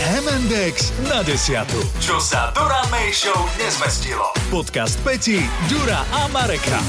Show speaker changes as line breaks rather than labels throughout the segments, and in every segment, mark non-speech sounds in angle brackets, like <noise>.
Index na desiatu. Čo sa Dura May Show nezmestilo. Podcast Peti, Dura a Mareka.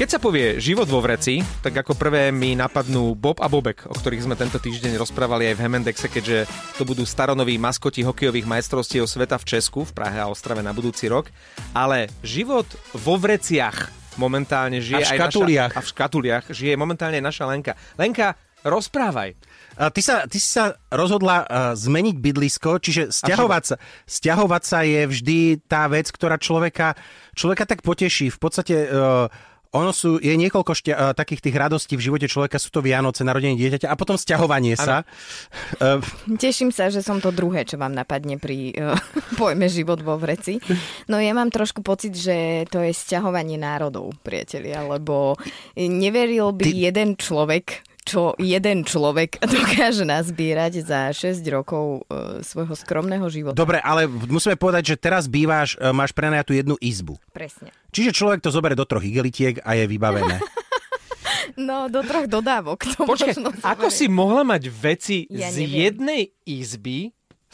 Keď sa povie život vo vreci, tak ako prvé mi napadnú Bob a Bobek, o ktorých sme tento týždeň rozprávali aj v Hemendexe, keďže to budú staronoví maskoti hokejových majstrovstiev sveta v Česku, v Prahe a Ostrave na budúci rok. Ale život vo vreciach momentálne žije
A v
aj
škatuliach.
Naša, a v škatuliach žije momentálne aj naša Lenka. Lenka, rozprávaj.
A ty, sa, ty si sa rozhodla uh, zmeniť bydlisko, čiže stiahovať sa, stiahovať sa je vždy tá vec, ktorá človeka, človeka tak poteší. V podstate uh, ono sú, je niekoľko štia, uh, takých tých radostí v živote človeka, sú to Vianoce, narodenie dieťaťa a potom stiahovanie sa. Uh,
Teším sa, že som to druhé, čo vám napadne pri uh, <laughs> pojme život vo vreci. No ja mám trošku pocit, že to je sťahovanie národov, priatelia, lebo neveril by Ty... jeden človek, čo jeden človek <laughs> dokáže nazbierať za 6 rokov uh, svojho skromného života.
dobre, ale musíme povedať, že teraz bývaš, uh, máš prenajatú jednu izbu.
Presne.
Čiže človek to zoberie do troch igelitiek a je vybavené.
No, do troch dodávok. To možno
Počkaj, ako
zoberie.
si mohla mať veci
No, Ja
z
neviem.
jednej izby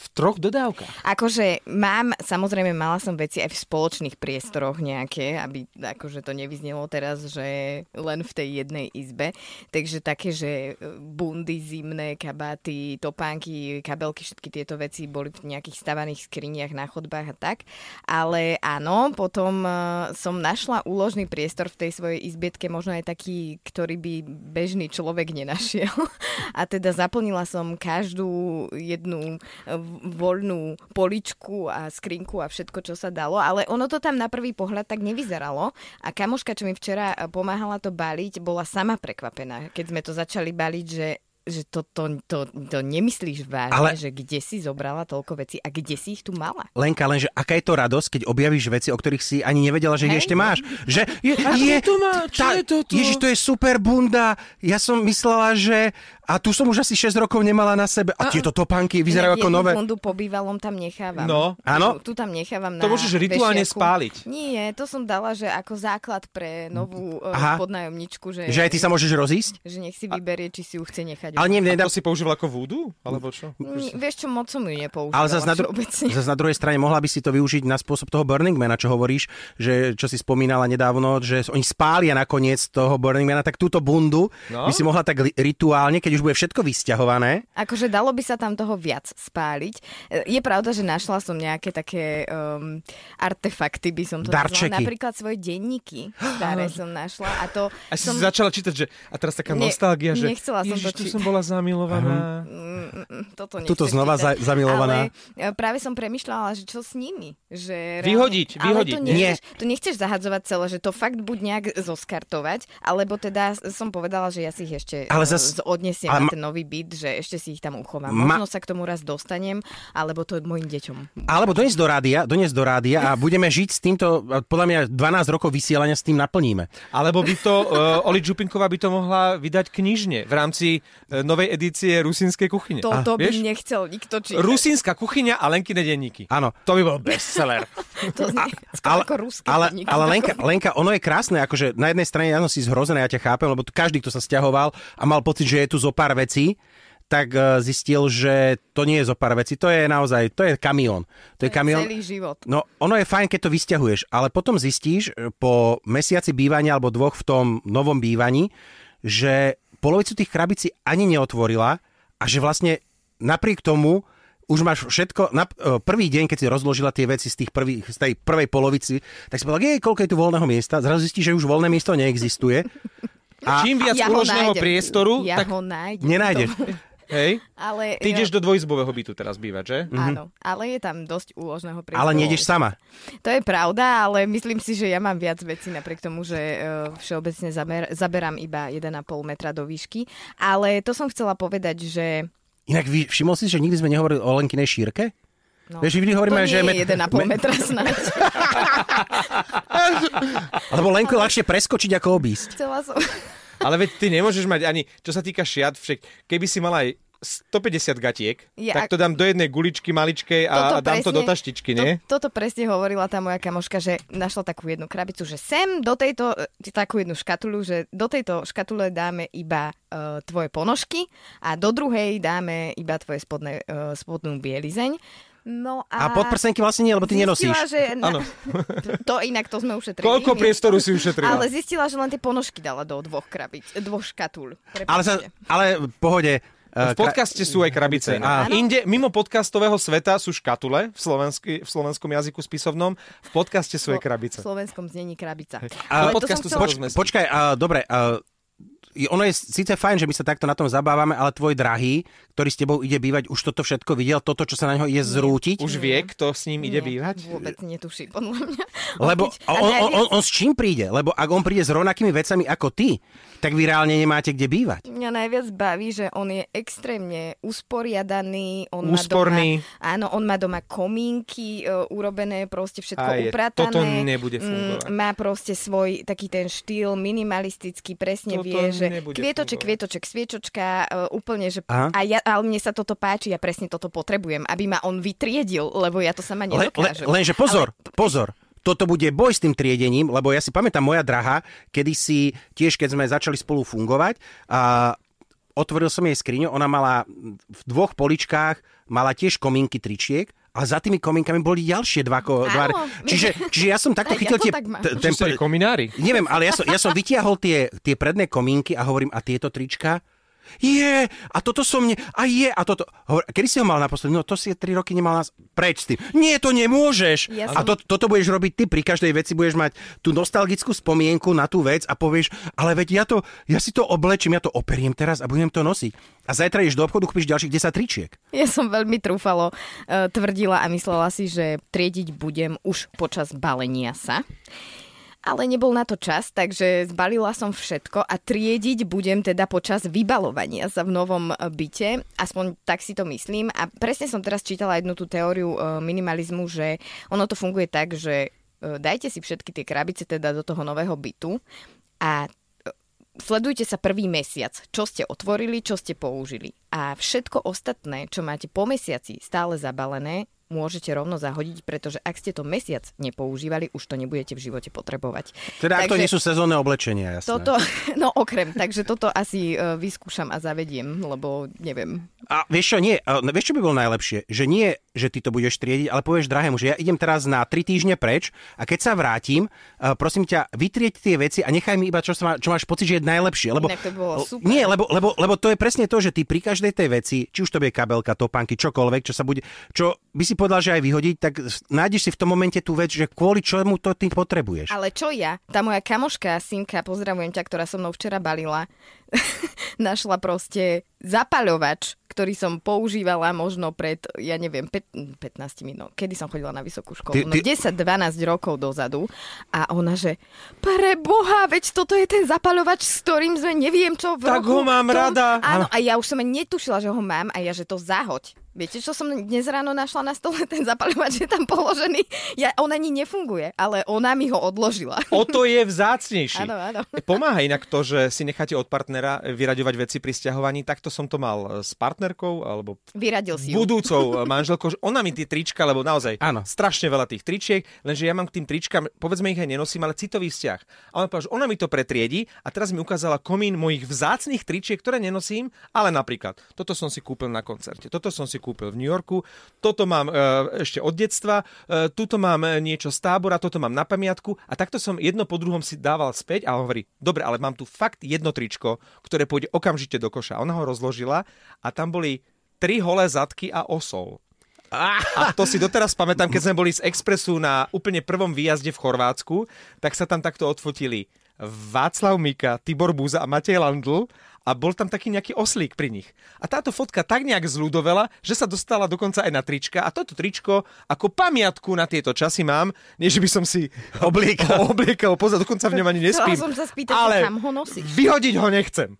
v troch dodávkach?
Akože mám, samozrejme mala som veci aj v spoločných priestoroch nejaké, aby akože to nevyznelo teraz, že len v tej jednej izbe. Takže také, že e, bundy zimné, kabáty, topánky, kabelky, všetky tieto veci boli v nejakých stavaných skriniach na chodbách a tak. Ale áno, potom e, som našla úložný priestor v tej svojej izbietke, možno aj taký, ktorý by bežný človek nenašiel. <laughs> A teda zaplnila som každú jednu eh, v- voľnú poličku a skrinku a všetko, čo sa dalo, ale ono to tam na prvý pohľad tak nevyzeralo a kamoška, čo mi včera eh, pomáhala to baliť, bola sama prekvapená, keď sme to začali baliť, že že to, to, to, to nemyslíš vážne,
Ale-
ale... že kde si zobrala toľko vecí a kde si ich tu mala.
Lenka, lenže aká je to radosť, keď objavíš veci, o ktorých si ani nevedela, že ich
Hej.
ešte máš.
<laughs>
Že je, je,
to má? Čo je toto?
Ježiš, to je super bunda. Ja som myslela, že... A tu som už asi 6 rokov nemala na sebe. A tieto topánky vyzerajú
Ja
ako
jednu
nové.
bundu po bývalom tam nechávam.
No,
áno.
Tu, tu tam nechávam
To
na
môžeš rituálne
vešiaku.
spáliť.
Nie, to som dala, že ako základ pre novú
Aha.
Aha. podnájomničku, že,
Že aj ty sa môžeš rozísť?
že nech si vyberie, či si ju chce nechať.
Ale nie,
A
nedá...
to si používal ako vúdu? Alebo čo?
Nie, Vieš čo, moc som ju nepoužívala
Ale zase na, dru-
všeobecne. <laughs>
zas na druhej strane mohla by si to využiť na spôsob toho Burning Mana, čo hovoríš, že čo si spomínala nedávno, že oni spália nakoniec toho Burning Mana, tak túto bundu
No.
no? by si mohla tak li- rituálne, keď už bude všetko vysťahované,
Akože dalo by sa tam toho viac spáliť. E, Je pravda, že našla som nejaké také um, artefakty, by som to
Darčeky.
nazvala. Napríklad svoje
<gasps>
denníky staré som našla a to
A si
som...
začala čítať, že a teraz taká
Ne-
nostalgia, že
nechcela som to
Ježiš, tu
čítať."
som bola zamilovaná.
Mm, mm, mm, Toto nechcem
Tuto znova
čítať.
za- zamilovaná.
Ale e, práve som premyšľala, že čo s nimi. Že reálne-
Vyhodiť, vyhodiť,
Ale to
nie?
nechceš, to nechceš zahadzovať celé, že to fakt buď nejak zoskartovať, alebo teda s- som povedala, že ja si ich ešte
Ale
ale
zas-
zas, odnesiem
ale
na
ma-
ten nový byt, že ešte si ich tam uchovám.
Ma-
Možno sa k tomu raz dostanem, alebo to mojim deťom.
Alebo doniesť do rádia, doniesť do rádia a budeme žiť s týmto, podľa mňa 12 rokov vysielania s tým naplníme.
Alebo by to, uh, Oli Čupinková by to mohla vydať knižne v rámci uh, novej edície Rusínskej kuchyne.
Toto by
vieš?
nechcel nikto čítať.
Rusínska kuchyňa a Lenkine denníky.
Áno.
To by bol bestseller.
To znie <laughs> skôr
<laughs> Ale,
ako ruské
ale,
denníky. <laughs>
ale Lenka, Lenka, ono je krásne, akože na jednej strane áno, si zhrozená, ja ťa chápem, lebo tu každý, kto sa stiahoval a mal pocit, že je tu zo pár vecí, tak eh, zistil, že to nie je zo pár vecí, to je naozaj, to je kamión. To je kamión.
Celý život.
No, ono je fajn, keď to vysťahuješ, ale potom zistíš e, po mesiaci bývania alebo dvoch v tom novom bývaní, že polovicu tých krabici ani neotvorila a že vlastne napriek tomu už máš všetko, na e, prvý deň, keď si rozložila tie veci z, tých prvých, z tej prvej polovici, tak si povedala, jej, koľko je tu voľného miesta, zrazu zistíš, že už voľné miesto neexistuje. A
Čím viac
Ja ho
úložného
nájdem.
priestoru,
ja
tak
ho nájdem. <laughs>
nenájdeš.
hej,
Ale,
ty ideš do dvojizbového bytu teraz bývať, že?
Áno, ale je tam dosť úložného priestoru.
Mhm. Ale nejdeš sama.
To je pravda, ale myslím si, že ja mám viac vecí napriek tomu, že e, všeobecne zaber, zaberám iba 1,5 metra do výšky. Ale to som chcela povedať, že...
Inak vy- všimol si, že nikdy sme nehovorili o Lenkinej šírke?
No,
Vieš, vždy hovoríme,
to
že met-
nie je 1,5
met-
metra snáď.
Lebo Lenku je ľahšie preskočiť ako obísť.
Chcela som...
Ale veď ty nemôžeš mať ani, čo sa týka šiat, však, keby si mala aj 150 gatiek,
Ja-
tak to dám do jednej guličky maličkej a, a
Toto
dám to
presne-
do taštičky, nie?
To, toto presne hovorila tá moja kamoška, že našla takú jednu krabicu, že sem do tejto, e, takú jednu škatulu, že do tejto škatule dáme iba uh, tvoje ponožky a do druhej dáme iba tvoje spodné, uh, spodnú bielizeň. No
A
a...
podprsenky vlastne nie, lebo ty
zistila,
nenosíš.
Že na...
Áno.
<laughs> To inak, to sme ušetrili.
Koľko priestoru si ušetrila?
Ale zistila, že len tie ponožky dala do dvoch krabic, dvoch škatúl.
Ale, sa,
Prepáčte.
ale v pohode. eh,
V podcaste sú aj krabice.
Áno.
A inde, mimo podcastového sveta sú škatule v, slovensky, v slovenskom jazyku spisovnom, v podcaste sú aj krabice.
V slovenskom znení krabica.
A
Ale to som
podcastu
chcela...
sa
Poč-
rozme- zmestí.
eh, Počkaj, a, dobre, a, je- ono je síce fajn, že my sa takto na tom zabávame, ale tvoj drahý, ktorý s tebou ide bývať, už toto všetko videl, toto, čo sa na neho ide zrútiť?
Už vie, kto s ním ide bývať?
Vôbec netuší, podľa
<laughs>
mňa.
Lebo
Opäť-
on,
a
on,
najviac-
on, on s čím príde? Lebo ak on príde s rovnakými vecami ako ty, tak vy reálne nemáte kde bývať.
Mňa najviac baví, že on je extrémne usporiadaný, on
Úsporný.
má doma, áno, on má doma komínky e, urobené, proste všetko
Aj,
upratané. Mm,
toto nebude fungovať.
má proste svoj taký ten štýl minimalistický, presne
Toto
vie, že
nebude
kvietoček,
fungovať.
kvietoček, sviečočka, e, úplne, že
Aha.
a ja, ale mne sa toto páči, ja presne toto potrebujem, aby ma on vytriedil, lebo ja to sama
Le, le,
nedokážem.
lenže pozor, ale... pozor. Toto bude boj s tým triedením, lebo ja si pamätám moja drahá, kedy si tiež, keď sme začali spolu fungovať, a otvoril som jej skriňu, ona mala v dvoch poličkách, mala tiež kominky tričiek, a za tými kominkami boli ďalšie dva... Ko, dva
Áno.
čiže, čiže ja som takto
Aj <laughs> ja
chytil
to
tie...
tak mám.
t-
Čo ste kominári?
Neviem, ale ja som, ja som vytiahol tie, tie predné komínky a hovorím, a tieto trička? Je, a toto som ne... A je, a toto... Hovor, kedy si ho mal naposledy? No to si 3 roky nemal nás... Preč s tým. Nie, to nemôžeš.
Ja
a
som-
to, toto budeš robiť ty. Pri každej veci budeš mať tú nostalgickú spomienku na tú vec a povieš, ale veď ja, to, ja si to oblečím, ja to operiem teraz a budem to nosiť. A zajtra ideš do obchodu, kúpiš ďalších 10 tričiek.
Ja som veľmi trúfalo eh, tvrdila a myslela si, že triediť budem už počas balenia sa. Ale nebol na to čas, takže zbalila som všetko a triediť budem teda počas vybalovania sa v novom eh, byte. Aspoň tak si to myslím. A presne som teraz čítala jednu tú teóriu eh, minimalizmu, že ono to funguje tak, že eh, dajte si všetky tie krabice teda do toho nového bytu a e, sledujte sa prvý mesiac, čo ste otvorili, čo ste použili. A všetko ostatné, čo máte po mesiaci stále zabalené, môžete rovno zahodiť, pretože ak ste to mesiac nepoužívali, už to nebudete v živote potrebovať.
Teda ak to nie sú sezónne oblečenia, jasné.
toto, <laughs> no okrem, takže toto asi e, vyskúšam a zavediem, lebo neviem.
A vieš čo, nie, a no, vieš čo by bolo najlepšie? Že nie, že ty to budeš triediť, ale povieš drahému, že ja idem teraz na 3 týždne preč a keď sa vrátim, a prosím ťa, vytrieť tie veci a nechaj mi iba, čo, sa má, čo máš pocit, že je najlepšie. Lebo,
Inak to bolo super.
Nie, lebo, lebo, lebo to je presne to, že ty pri každej tej veci, či už to bude kabelka, topánky, čokoľvek, čo sa bude, čo by si povedal, že aj vyhodiť, tak s- nájdeš si v tom momente tú vec, že kvôli čomu to ty potrebuješ.
Ale čo ja? Tá moja kamoška, synka, pozdravujem ťa, ktorá so mnou včera balila, <laughs> našla proste zapaľovač, ktorý som používala možno pred, ja neviem, pet- 15, no, kedy som chodila na vysokú školu,
Ty-
no
ty-
10-12 rokov dozadu. A ona, že pre boha, veď toto je ten zapaľovač, s ktorým sme neviem čo v
Tak ho
roku
mám
tom-
rada.
Áno, a ja už som ani netušila, že ho mám a ja, že to zahoď. Viete, čo som dnes ráno našla na stole? <laughs> Ten zapaľovač je tam položený. Ja, on ani nefunguje, ale ona mi ho odložila.
O to je vzácnejší.
Áno, áno.
<laughs> Pomáha inak to, že si necháte od partnera vyraďovať veci pri stiahovaní. Takto som to mal s partnerkou alebo
Vyradil si ju.
budúcou eh, manželkou, že ona mi tie trička, lebo naozaj
Áno.
strašne veľa tých tričiek, lenže ja mám k tým tričkám, povedzme ich aj nenosím, ale citový vzťah. A ona povedala, že ona mi to pretriedi a teraz mi ukázala komín mojich vzácných tričiek, ktoré nenosím, ale napríklad, toto som si kúpil na koncerte, toto som si kúpil v New Yorku, toto mám e, ešte od detstva, e, tuto mám e, niečo z tábora, toto mám na pamiatku a takto som jedno po druhom si dával späť a hovorí, dobre, ale mám tu fakt jedno tričko, ktoré pôjde okamžite do koša. Ona ho rozložila a tam boli tri holé zadky a osol. A to si doteraz pamätám, keď sme boli z Expressu na úplne prvom výjazde v Chorvátsku, tak sa tam takto odfotili Václav Mika, Tibor Búza a Matej Landl a bol tam taký nejaký oslík pri nich. A táto fotka tak nejak zľudovela, že sa dostala dokonca aj na trička a toto tričko ako pamiatku na tieto časy mám, nie že by som si obliekal, <laughs> obliekal pozor, dokonca v ňom ani
Chcela
nespím.
som sa spýtať,
ale
kam ho nosíš.
vyhodiť ho nechcem.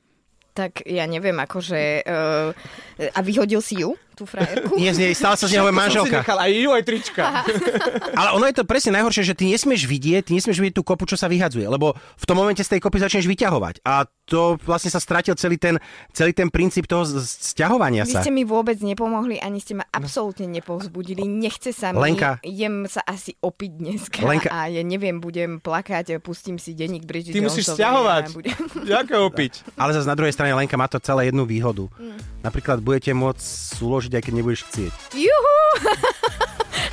Tak ja neviem, akože... Uh, eh, a vyhodil si ju? tú
<laughs>
frajerku?
Nie, nie, stala sa z neho moja
Som si
manželka.
nechal aj ju, aj trička.
<laughs>
Ale ono je to presne najhoršie, že ty nesmieš vidieť, ty nesmieš vidieť tú kopu, čo sa vyhadzuje, lebo v tom momente z tej kopy začneš vyťahovať. A to vlastne sa stratil celý ten, celý ten princíp toho z- z- sťahovania
Vy
sa.
ste mi vôbec nepomohli, ani ste ma absolútne nepovzbudili. Nechce sa mi.
Lenka.
Jem sa asi opiť dneska.
Lenka.
A ja neviem, budem plakať, pustím si denník Bridget
Ty musíš
Jonesovej a
sťahovať.
budem-
Ďakujem opiť.
Ale zase na druhej strane Lenka má to celé jednu výhodu.
Mm.
Napríklad budete môcť súložiť, aj keď nebudeš chcieť.
Juhu! <laughs>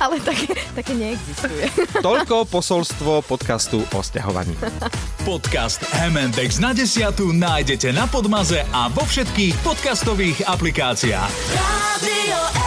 Ale také, také neexistuje.
Toľko posolstvo podcastu o sťahovaní.
Podcast Hemendex na desiatu nájdete na Podmaze a vo všetkých podcastových aplikáciách.
Radio